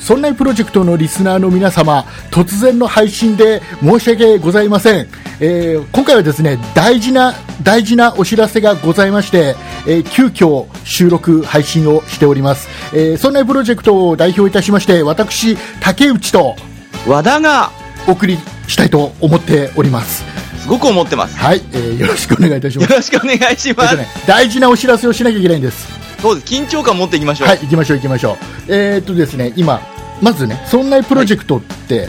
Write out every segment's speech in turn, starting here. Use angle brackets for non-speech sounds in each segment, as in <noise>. そんなプロジェクトのリスナーの皆様突然の配信で申し訳ございません、えー今回はですね大事な大事なお知らせがございまして、えー急遽収録配信をしております、えー、そんなプロジェクトを代表いたしまして私竹内と和田がお送りしたいと思っておりますすごく思ってます。はい、えーよろしくお願いいたしまよすろしくお願いしえまっとす。ね、大事なお知らせをしなきゃいけないんですそうです。緊張感持っていきましょう。はい、行きましょう行きましょう。えー、っとですね、今、まずね、そんなプロジェクトって、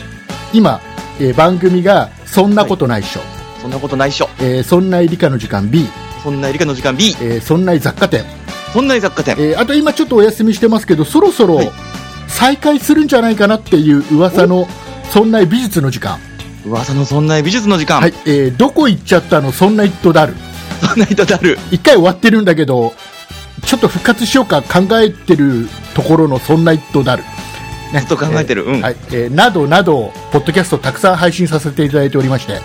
今、えー番組が、そんなことないっしょ、そんなことないっしょ。えーそんな理科の時間 B、そんな理科の時間 B。えーそんな雑貨店、そんな雑貨店。えーあと今ちょっとお休みしてますけど、そろそろはい再開するんじゃないかなっていう噂の、そんな美術の時間、噂のそんな美術の時間。はいえーどこ行っちゃったの、そんな一途だる、そんな人だる。一回終わってるんだけど、ちょっと復活しようか考えてるところの、そんな一途だる。ずっと考えてる。うん。ははい。いえーなどなど、ポッドキャストたくさん配信させていただいておりまして、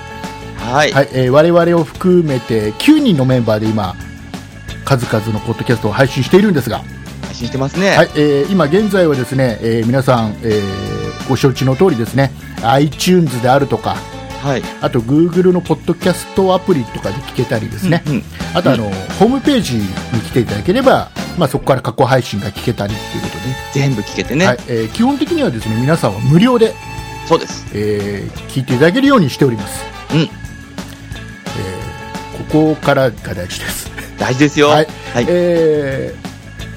はいえー我々を含めて9人のメンバーで今、数々のポッドキャストを配信しているんですが、配信してますね。はいえー今現在はですね、えー皆さん、えーご承知の通りですね、iTunes であるとか、はい。あと Google のポッドキャストアプリとかで聞けたりですね、うんうんあとあの、ホームページに来ていただければ、まあ、そこから過去配信が聞けたりっていうことで、全部聞けてね。はいえー基本的にはですね皆さんは無料でそうです。えー聞いていただけるようにしております、うん。えーここからが大事です、大事ですよ。はいはい。えー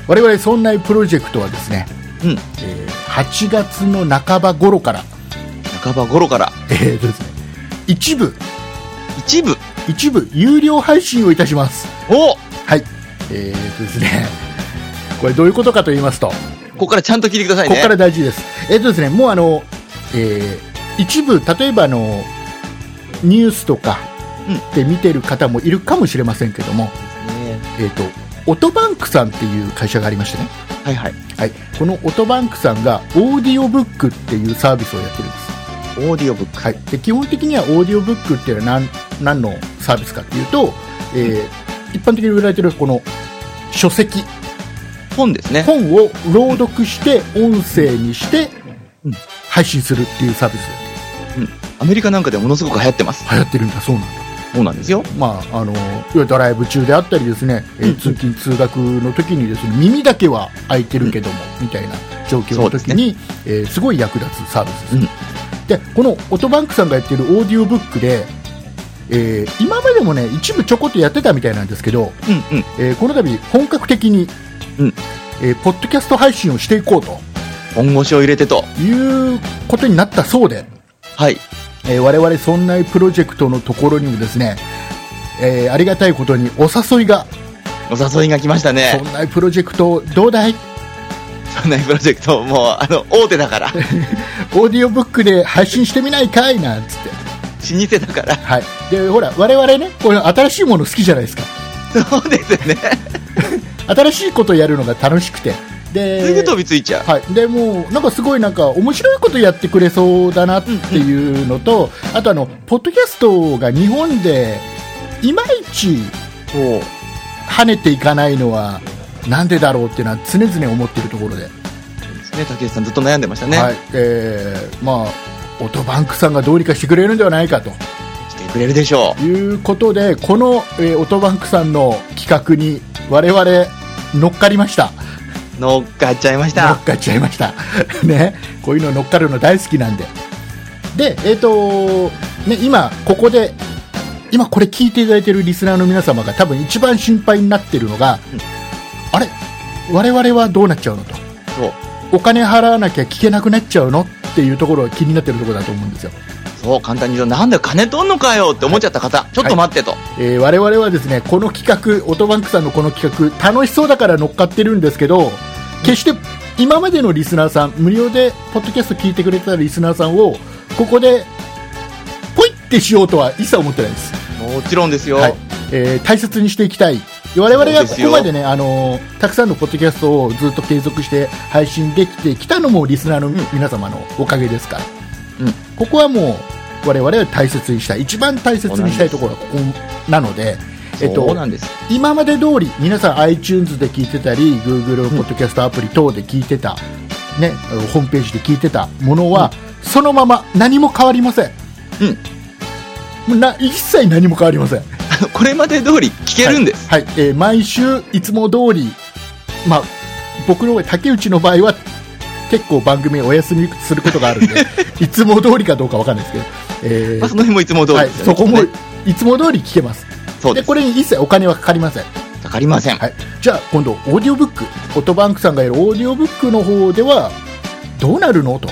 我々そんなプロジェクトはですね、うん。えー8月の半ば頃から、半ば頃から、えーとですね、一部一部。一部有料配信をいたしますおはいえーとですねこれどういうことかと言いますと、ここからちゃんと聞いてくださいこね。こから大事ですえーとですねもうあの、えー一部例えばあのニュースとかで見てる方もいるかもしれませんけども、ねえー、とオトバンクさんっていう会社がありましてね、はいはい。はい、このオトバンクさんがオーディオブックっていうサービスをやってるんです、オーディオブック。はい、で基本的にはオーディオブックっていうのは何何のサービスかっていうと、えー一般的に売られてるこの書籍本ですね。本を朗読して音声にしてうん配信するっていうサービスアメリカなんかでものすごく流行ってます。流行ってるんだそうなんだそうなんですよ。まあ、あのいわゆるドライブ中であったりですね、えーうん通勤通学の時にですね耳だけは開いてるけども、みたいな状況の時にす,、えーすごい役立つサービスです、うんでこのオトバンクさんがやってるオーディオブックで、えー今までもね一部ちょこっとやってたみたいなんですけど、うんうん。えーこの度本格的に、うんえーポッドキャスト配信をしていこうと本腰を入れてと。いうことになったそうで、はい。えー我々そんなプロジェクトのところにもですね、えーありがたいことにお誘いがお誘いが来ましたそんね。なプロジェクトどうだいそんなプロジェクト、もう、あの、大手 <laughs> だから。老オーディオブックで配信してみないかいなんつって、舗だから。はい、でほら我々ねこういう新しいもの好きじゃないですかそうですね。新しいことやるのが楽しくてすぐで飛びついちゃう。はい、でもうなんかすごいなんか面白いことやってくれそうだなっていうのと、あとあのポッドキャストが日本でいまいちそう。跳ねていかないのはなんでだろうっていうのは常々思ってるところで、ですね、竹内さんずっと悩んでましたね。はいえーまあ、オトバンクさんがどうにかしてくれるんではないかと。してくれるでしょということでこの、えーオトバンクさんの企画に我々乗っかりましたう。乗っかっちゃいまし乗たっ。かっちゃいました <laughs> ねこういうの乗っかるの大好きなんででえっ、とね今ここで今これ聞いていただいてるリスナーの皆様が多分一番心配になってるのが、うんあれ我々はどうなっちゃうのとそう。お金払わなきゃ聞けなくなっちゃうのっていうところが気になってるところだと思うんですよそう、簡単に言うと、なんだよ、金取んのかよって思っちゃった方、ちょっと待ってと。えー我々はですねこの企画オトバンクさんのこの企画楽しそうだから乗っかってるんですけど決して今までのリスナーさん無料でポッドキャスト聞いてくれてたリスナーさんをここでポイってしようとは一切思ってないです、もちろんですよ。はいえー大切にしていきたい我々そうがこですこよまでねあのーたくさんのポッドキャストをずっと継続して配信できてきたのもリスナーの皆様のおかげですから、うんここはもう我々は大切にしたい一番大切にしたいところはここなのでえっとそうなんです。 <laughs> 今まで通り皆さん iTunes で聞いてたり Google のポッドキャストアプリ等で聞いてたね、ホームページで聞いてたものは、そのまま何も変わりません。うんもうな一切何も変わりません。あのこれまで通り聞けるんです。はい、えー毎週いつも通り、まあ、僕の場合竹内の場合は結構番組お休みすることがあるんで <laughs> いつも通りかどうかわかんないですけど、えーまあ、その辺もいつも通りはい、ですよねそこもいつも通り聞けますそうでです。これに一切お金はかかりません、わかりません。はい、じゃあ今度オーディオブックオトバンクさんがやるオーディオブックの方ではどうなるのと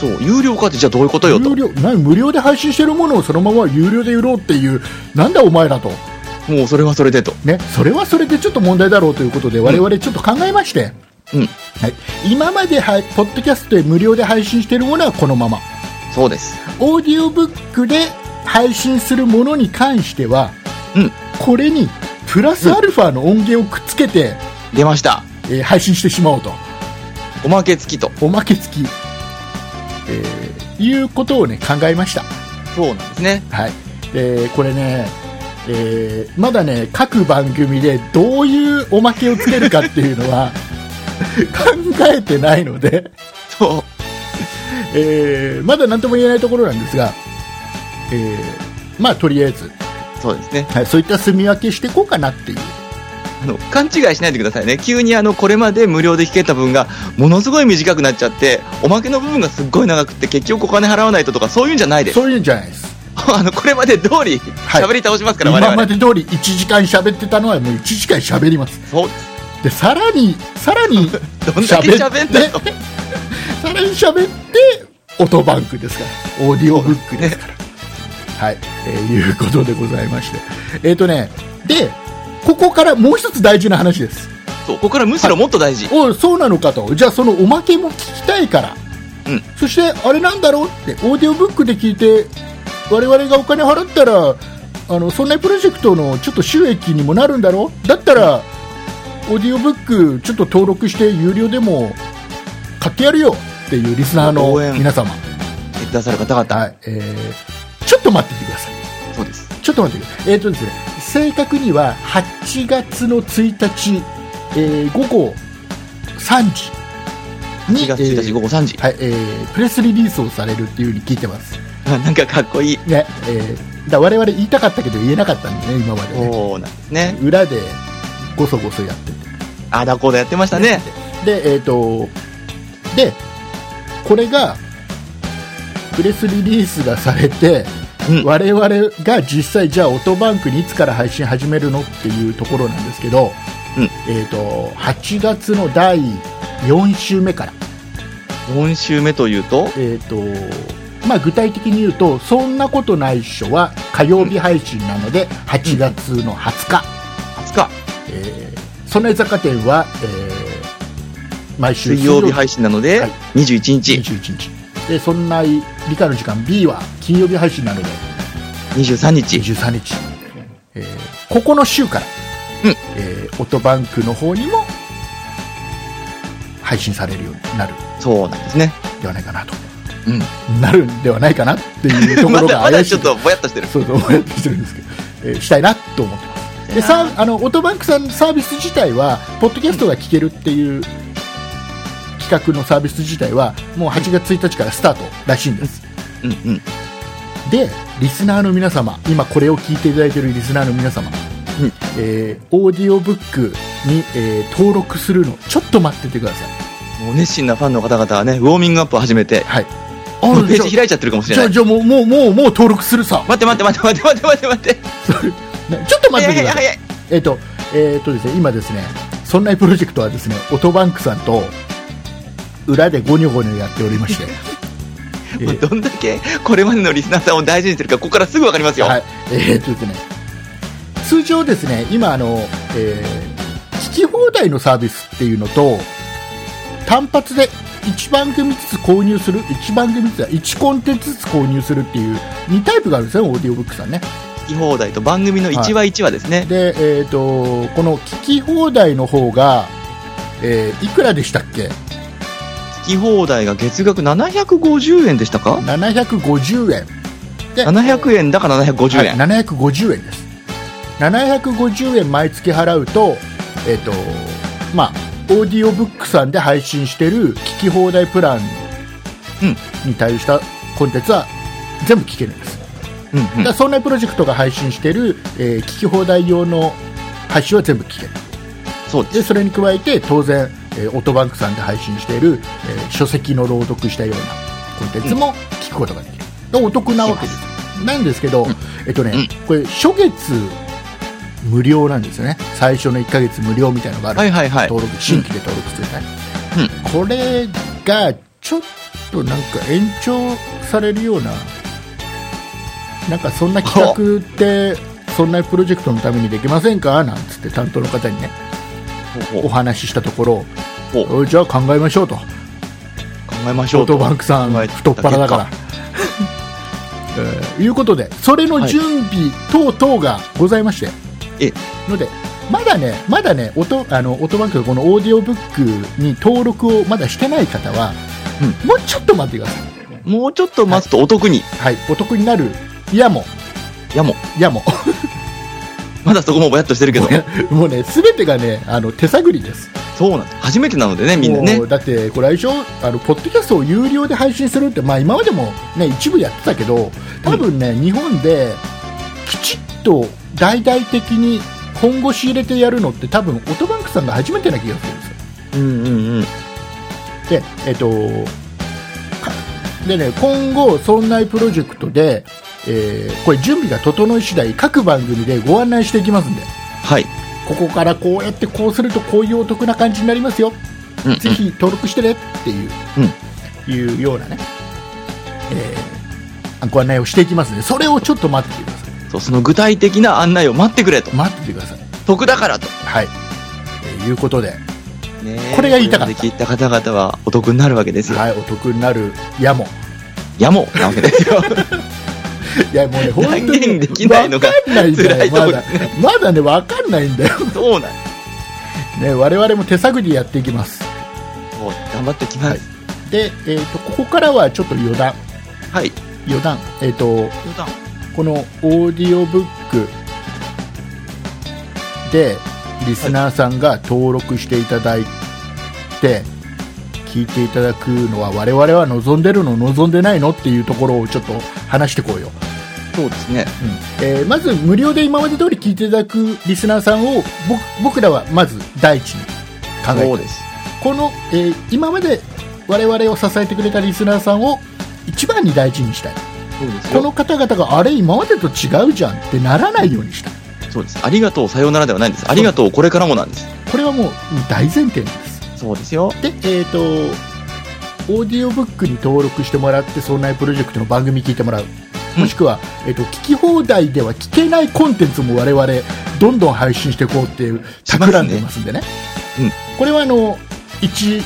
そう、有料化ってじゃあどういうことよと。有も料な無料で配信してるものをそのまま有料で売ろうっていうなんだお前らと、うそれはそれでと。ね、それはそれでちょっと問題だろうということで我々ちょっと考えまして、うん。はい、今まではポッドキャストで無料で配信しているものはこのままそうです。オーディオブックで配信するものに関しては、うんこれにプラスアルファの音源をくっつけて、出ました。えー配信してしまおうとおまけ付きと。おまけ付き、えーいうことを、ね、考えました、そうなんですね。はいえーこれね、えーまだね各番組でどういうおまけをつけるかっていうのは考えてないのでそう。えーまだ何とも言えないところなんですが、えーまあとりあえず、そうですね。はい、そういった住み分けしていこうかなっていう、あの、勘違いしないでくださいね。急にあの、これまで無料で聞けた分が、ものすごい短くなっちゃって、おまけの部分がすっごい長くって、結局お金払わないととか、そういうんじゃないです。そういうんじゃないです。 <laughs> あの、これまで通り、い喋り倒しますから、我今ま々。で通り1時間喋ってたのはもう1時間喋ります。そうです。で、さらに、さらに <laughs> どんだけ喋んだと。さらに喋って、オトバンクですから、オーディオブックですから。はい、えーいうことでございまして。えっ、とね、で、ここからもう一つ大事な話です。そう、ここからむしろもっと大事。おいそうなのかとじゃあそのおまけも聞きたいから、うんそしてあれなんだろうってオーディオブックで聞いて我々がお金払ったらあのそんなプロジェクトのちょっと収益にもなるんだろうだったらオーディオブックちょっと登録して有料でも買ってやるよっていうリスナーの応援皆様、手伝わさる方々。はいえーちょっと待っててくださいそうです。ちょっと待ってくださいえっ、とですね正確には8月の1日、えー午後3時に4月1日午後3時。はいえープレスリリースをされるっていうふうに聞いてます、あ <laughs> なんかかっこいい。ねえー、だ我々言いたかったけど言えなかったんでね今までねそうなんですね。裏でごそごそやっててあだこうだやってましたね。でえっ、とでこれがプレスリリースがされて、うん我々が実際じゃあオトバンクにいつから配信始めるのっていうところなんですけど、うんえっ、と8月の第4週目から4週目というと、えーとまあ、具体的に言うと「そんなことないっしょ」は火曜日配信なので8月の20日20日、 「えーそんな居酒店は」えー毎週水曜日配信なので、はい21日、 21日で「そんな理科の時間 B」は金曜日配信なので23日、 23日、えーここの週から、うんえーオトバンクの方にも配信されるようになるそうなんですね。んではないかなとうん。なるんではないかなっていうとこまろだが <laughs> まだ怪しいちょっとぼやっとしてる。そうそう思ってるんですけど、えーしたいなと思ってますでさあのオートバンクさんのサービス自体はポッドキャストが聞けるっていう企画のサービス自体はもう8月1日からスタートらしいんですうんうん。でリスナーの皆様今これを聞いていただいているリスナーの皆様、うんえーオーディオブックに、えー登録するのちょっと待っててくださいもう熱心なファンの方々はね、ウォーミングアップを始めて、はいホームページじゃ開いちゃってるかもしれじなゃい。じゃもうもうもうもう登録するさ、 <laughs> 待って待って待って待って待って待って待って。ねちょっと待っ早ててくだい早いさい早い。えっ、と、えっ、とですね、今ですね、そんなプロジェクトはですね、オトバンクさんと裏でゴニョゴニョやっておりま <laughs> して、えもうーどんだけこれまでのリスナーさんを大事にしてるか、ここからすぐわかりますよ。はい、えっ、とですね、通常ですね、今あの、えー聞き放題のサービスっていうのと、単発で1番組ずつ購入する、1番組ずつは1コンテンツずつ購入するっていう2タイプがあるんですね、オーディオブックさんね。聞き放題と番組の1話1話ですね。で、えっ、と、この聞き放題の方が、えーいくらでしたっけ聞き放題が月額750円でしたか750円で ?700 円だか750円。はい750円です750円毎月払うとえっ、とまあオーディオブックさんで配信してる聞き放題プランに対応したコンテンツは全部聞けるんです、うんうだんからそんなプロジェクトが配信してる、えー聞き放題用の配信は全部聞けるそうですでそれに加えて当然、えーオートバンクさんで配信している、えー書籍の朗読したようなコンテンツも聞くことができる、だからお得なわけですなんですけど、えっとね、これ初月無料なんですよね最初の1ヶ月無料みたいなのがある、はいはいはい登録新規で登録するね、これがちょっとなんか延長されるようななんかそんな企画ってそんなプロジェクトのためにできませんかなんつって担当の方にねほうおほう話ししたとこほうろじゃあ考えましょうと考えましオょーうトバンクさん考えた太っ腹だ <laughs> から。えーいうことでそれのはい準備等々がございまして、ええのでまだねまだね音あのオートバンクのこのオーディオブックに登録をまだしてない方は、もうちょっと待ってください、もうちょっと待つとお得に、はい、お得になるいやもい、やもいやも <laughs> まだそこもぼやっとしてるけどもうね全てがねあの手探りですそうなんです初めてなのでねみんなねもうだってこれ相性あのポッドキャストを有料で配信するって、まあ、今までも、ね、一部やってたけど多分ね、日本できちっと大々的に本腰入れてやるのって多分オートバンクさんが初めてな気がするんですようんうんうんでえっとかでね今後そんなプロジェクトで、えーこれ準備が整い次第各番組でご案内していきますんではい、ここからこうやってこうするとこういうお得な感じになりますようんうんぜひ登録してねっていう,、いうようなね、えーご案内をしていきますので、それをちょっと待っててくださそうその具体的な案内を待ってくれとい。待っててください。得だからと、はい。えーいうことで、ねえこれが言いたかったこれまで聞いた方々はお得になるわけですよ、 <laughs> はい、お得になる、やも。やもなわけですよいや、もう <laughs> ね、本当に。断言できないのがわかんないんだ辛よ、いまとこだ。まだね、わかんないんだよ。そうなんですね、我々も手探りでやっていきます。そう頑張ってきますで、えっ、と、ここからはちょっと余談、はい、余談、えっ、と、余談このオーディオブックでリスナーさんが登録していただいて聞いていただくのは我々は望んでるの望んでないのっていうところをちょっと話してこうよ、そうですねえーまず無料で今まで通り聞いていただくリスナーさんを僕僕らはまず第一に考えてそうですこの、えー今まで我々を支えてくれたリスナーさんを一番に大事にしたいそうですこよの方々があれ今までと違うじゃんってならないようにしたいそうですありがとうさようならではないんですありがとうこれからもなんですこれはもう大前提なんですそうですよでえっ、とオーディオブックに登録してもらって「そんなプロジェクト」の番組聞いてもらううんもしくは、えっと聞き放題では聞けないコンテンツも我々どんどん配信していこうっていう企んでますんでねうんこれはあの 1,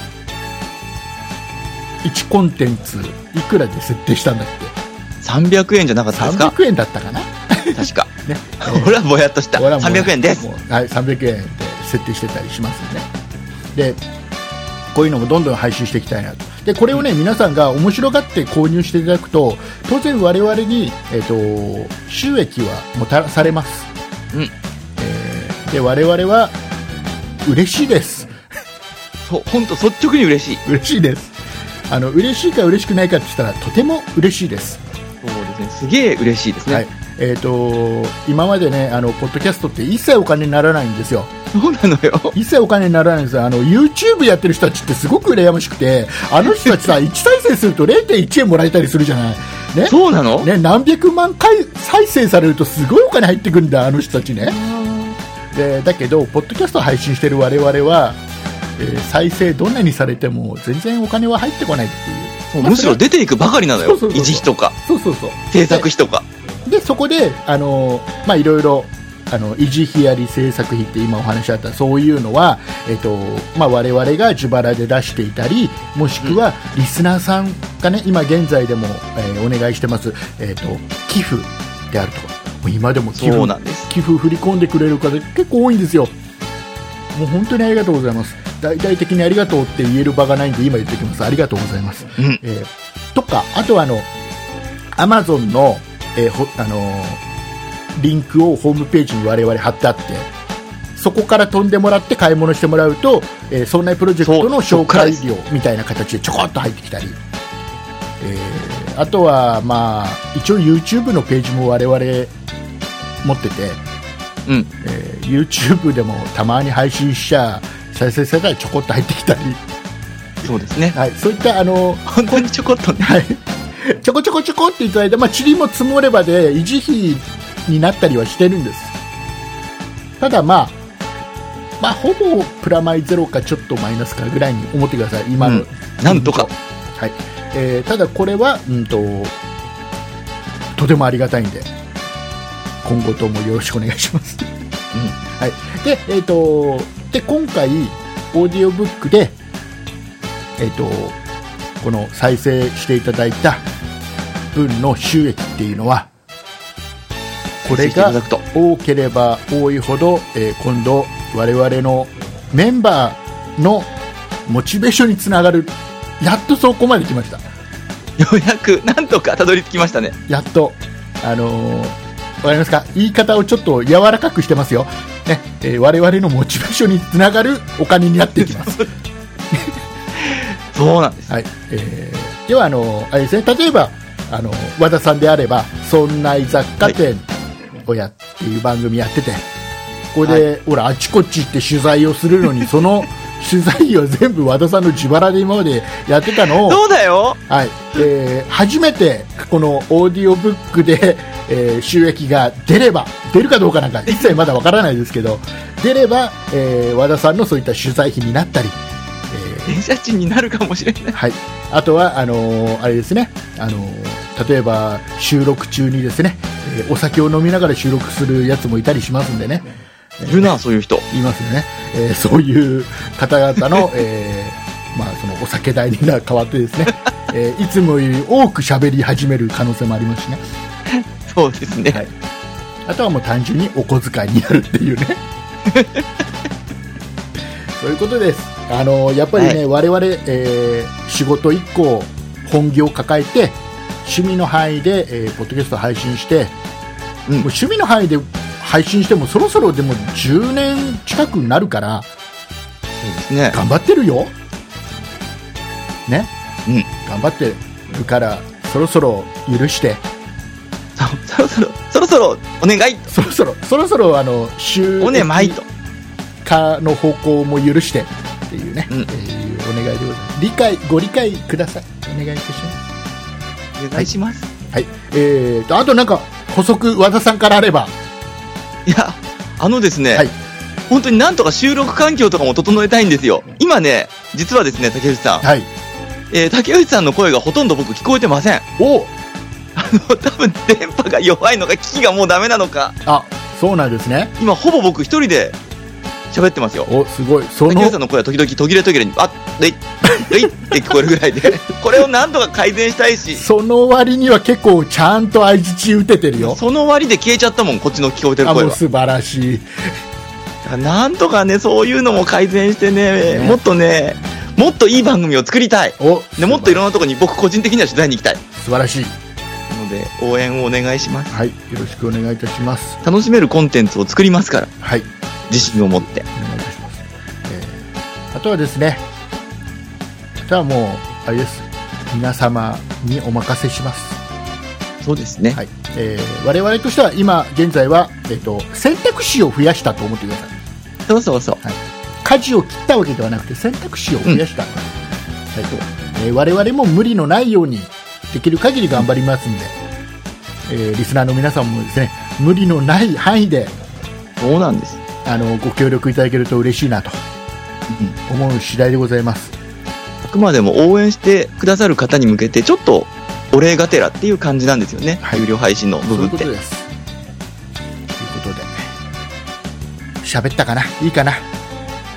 1コンテンツいくらで設定したんだっけ300円じゃなかったですか300円だったかな確かね <laughs> 俺はぼやっとした俺はもう300円ですもうはい、300円で設定してたりしますよね。で、こういうのもどんどん配信していきたいなと。で、これをね、皆さんが面白がって購入していただくと、当然我々に、えっ、と、収益はもたらされます。うんえーで、我々は、嬉しいです。そう本当率直に嬉しい嬉しいです。あの、嬉しいか嬉しくないかって言ったら、とても嬉しいです。そうですねすげえ嬉しいですね、はい。えっ、と、今までね、あの、ポッドキャストって一切お金にならないんですよ。そうなのよ一切お金にならないんですよあの YouTube やってる人たちってすごく羨ましくてあの人たち <laughs> さ1再生すると0.1円もらえたりするじゃないねそうなの、ね何百万回再生されるとすごいお金入ってくるんだあの人たちねでだけどポッドキャスト配信してる我々は、えー再生どんなにされても全然お金は入ってこないっていうむしろ出ていくばかりなのよそうそうそうそう維持費とかそうそうそう制作費とかでそこであのまあいろいろあの維持費やり制作費って今お話あったそういうのは、えっとまあ、我々が自腹で出していたりもしくはリスナーさんが、ね、今現在でも、えーお願いしてます、えっと寄付であるとかもう今でも寄付そうなんです寄付振り込んでくれる方結構多いんですよもう本当にありがとうございます大々的にありがとうって言える場がないんで今言っておきますありがとうございますうんえーとか、あとはあの、アマゾンの、えーほあのーリンクをホームページに我々貼ってあって、そこから飛んでもらって買い物してもらうと、えー、そんなプロジェクトのそ紹うそっからで介す料みたいな形でちょこっと入ってきたり、えーあとは、まあ、一応 YouTube のページも我々持ってて、うん。えー YouTube でもたまに配信しちゃ再生世代ちょこっと入ってきたり、そうですね。はい、そういったあの、本当にちょこっとね。はい、ちょこちょこちょこっていただいて、まあ、塵も積もればで維持費になったりはしてるんですただまあまあほぼプラマイゼロかちょっとマイナスかぐらいに思ってください今の、うんなんとかはいえーただこれは、うん、ととてもありがたいんで今後ともよろしくお願いします、はい、でえっ、とで今回オーディオブックでえっ、とこの再生していただいた分の収益っていうのはこれが再生していただくと多ければ多いほど、えー今度我々のメンバーのモチベーションにつながるやっとそこまで来ましたようやく、なんとかたどり着きましたね。やっとあのーわかりますか言い方をちょっと柔らかくしてますよ、ねえー我々のモチベーションにつながるお金になっていきますそうなんです。はいえー、ではあのあれです、ね、例えばあの和田さんであれば「そんな雑貨店」をやっていう番組やっててここで、ほらあちこち行って取材をするのにその取材費を全部和田さんの自腹で今までやってたの <laughs> を、そうだよはいえー初めてこのオーディオブックで、 <laughs> えー収益が出れば出るかどうかなんか一切まだわからないですけど出れば、えー和田さんのそういった取材費になったり、えー電車賃になるかもしれない。はい、あとはあのーあれですね、あのー例えば収録中にですね、えーお酒を飲みながら収録するやつもいたりしますんでね、いるな、そういう人。いますよね、えーそういう方々の, 、 <laughs> えーまあ、そのお酒代に変わってですね、 <laughs> えーいつもより多く喋り始める可能性もありますしね、そうですね。はいあとはもう単純にお小遣いになるっていうね。 <laughs> そういうことです。あのやっぱりね、我々、えー仕事以降本業を抱えて趣味の範囲で、えーポッドキャスト配信して、うんもう趣味の範囲で配信してもそろそろでも10年近くになるからそうですね。頑張ってるよ。ね、うん頑張ってるからそろそろ許してそそろそろ、そろそろ、お願いそろそろそろそろあの週おねまいと。化の方向も許してっていうね、うんえーお願いでございます理解ご理解くださいお願いいたしますお願いします。はいえー、とあとなんか補足和田さんからあればいや、あのですね、はい本当になんとか収録環境とかも整えたいんですよ。今ね、実はですね、竹内さん、はいえー竹内さんの声がほとんど僕聞こえてません。あおの、多分電波が弱いのか、機器がもうダメなのか、あそうなんですね今ほぼ僕一人で喋ってますよ。おすごいそ竹の内さんの声は時々途切れ途切れに、あっ、でい、でいって聞こえるぐらいで、これをなんとか改善したいし、その割には結構ちゃんと相槌打ててるよその割で消えちゃったもん、こっちの聞こえてるあ声もうは。素晴らしいなんとかね、そういうのも改善してね、ねもっとね、もっといい番組を作りたい。おでもっといろんなところに僕個人的には取材に行きたい素晴らしいので応援をお願いしますはいよろしくお願いいたします楽しめるコンテンツを作りますからはい自信を持ってお願いいたします、えーあとはですねあとはもうあれです皆様にお任せします、そうですね、はいえー我々としては今現在は、えっと選択肢を増やしたと思ってくださいそうそうそう舵を切ったわけではなくて選択肢を増やした、はいえー我々も無理のないようにできる限り頑張りますんで、えーリスナーの皆さんもですね無理のない範囲でそうなんです、あのご協力いただけると嬉しいなとうん思う次第でございますあくまでも応援してくださる方に向けてちょっとお礼がてらっていう感じなんですよね、はい有料配信の部そうい分うっこてとです。ということで、喋ったかな、いいかな、い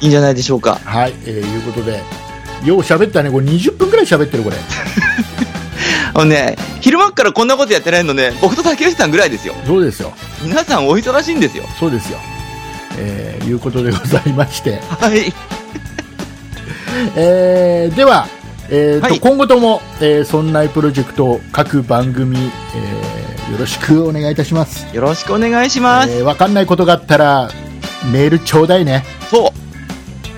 いんじゃないでしょうかはい、えー、いうことで、よう喋ったね、これ20分ぐらい喋ってる、これ、あのね昼間っからこんなことやってないのね僕と竹内さんぐらいですよそうですよ、皆さんお忙しいんですよそうですよ。えー、いうことでございまして、はいえー、では、えーとはい今後とも、えー、そんなプロジェクト各番組、えーよろしくお願いいたします。よろしくお願いします、えーわかんないことがあったらメールちょうだいね。そう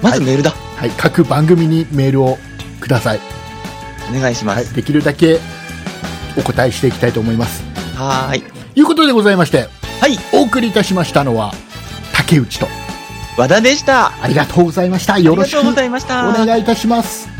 まずメールだ、はい、各番組にメールをください。お願いしまはい、すできるだけお答えしていきたいと思います。はーいということでございまして、はいお送りいたしましたのは、竹内と、和田でしたありがとうございました。あよりろがしくとうおございました願いいたします。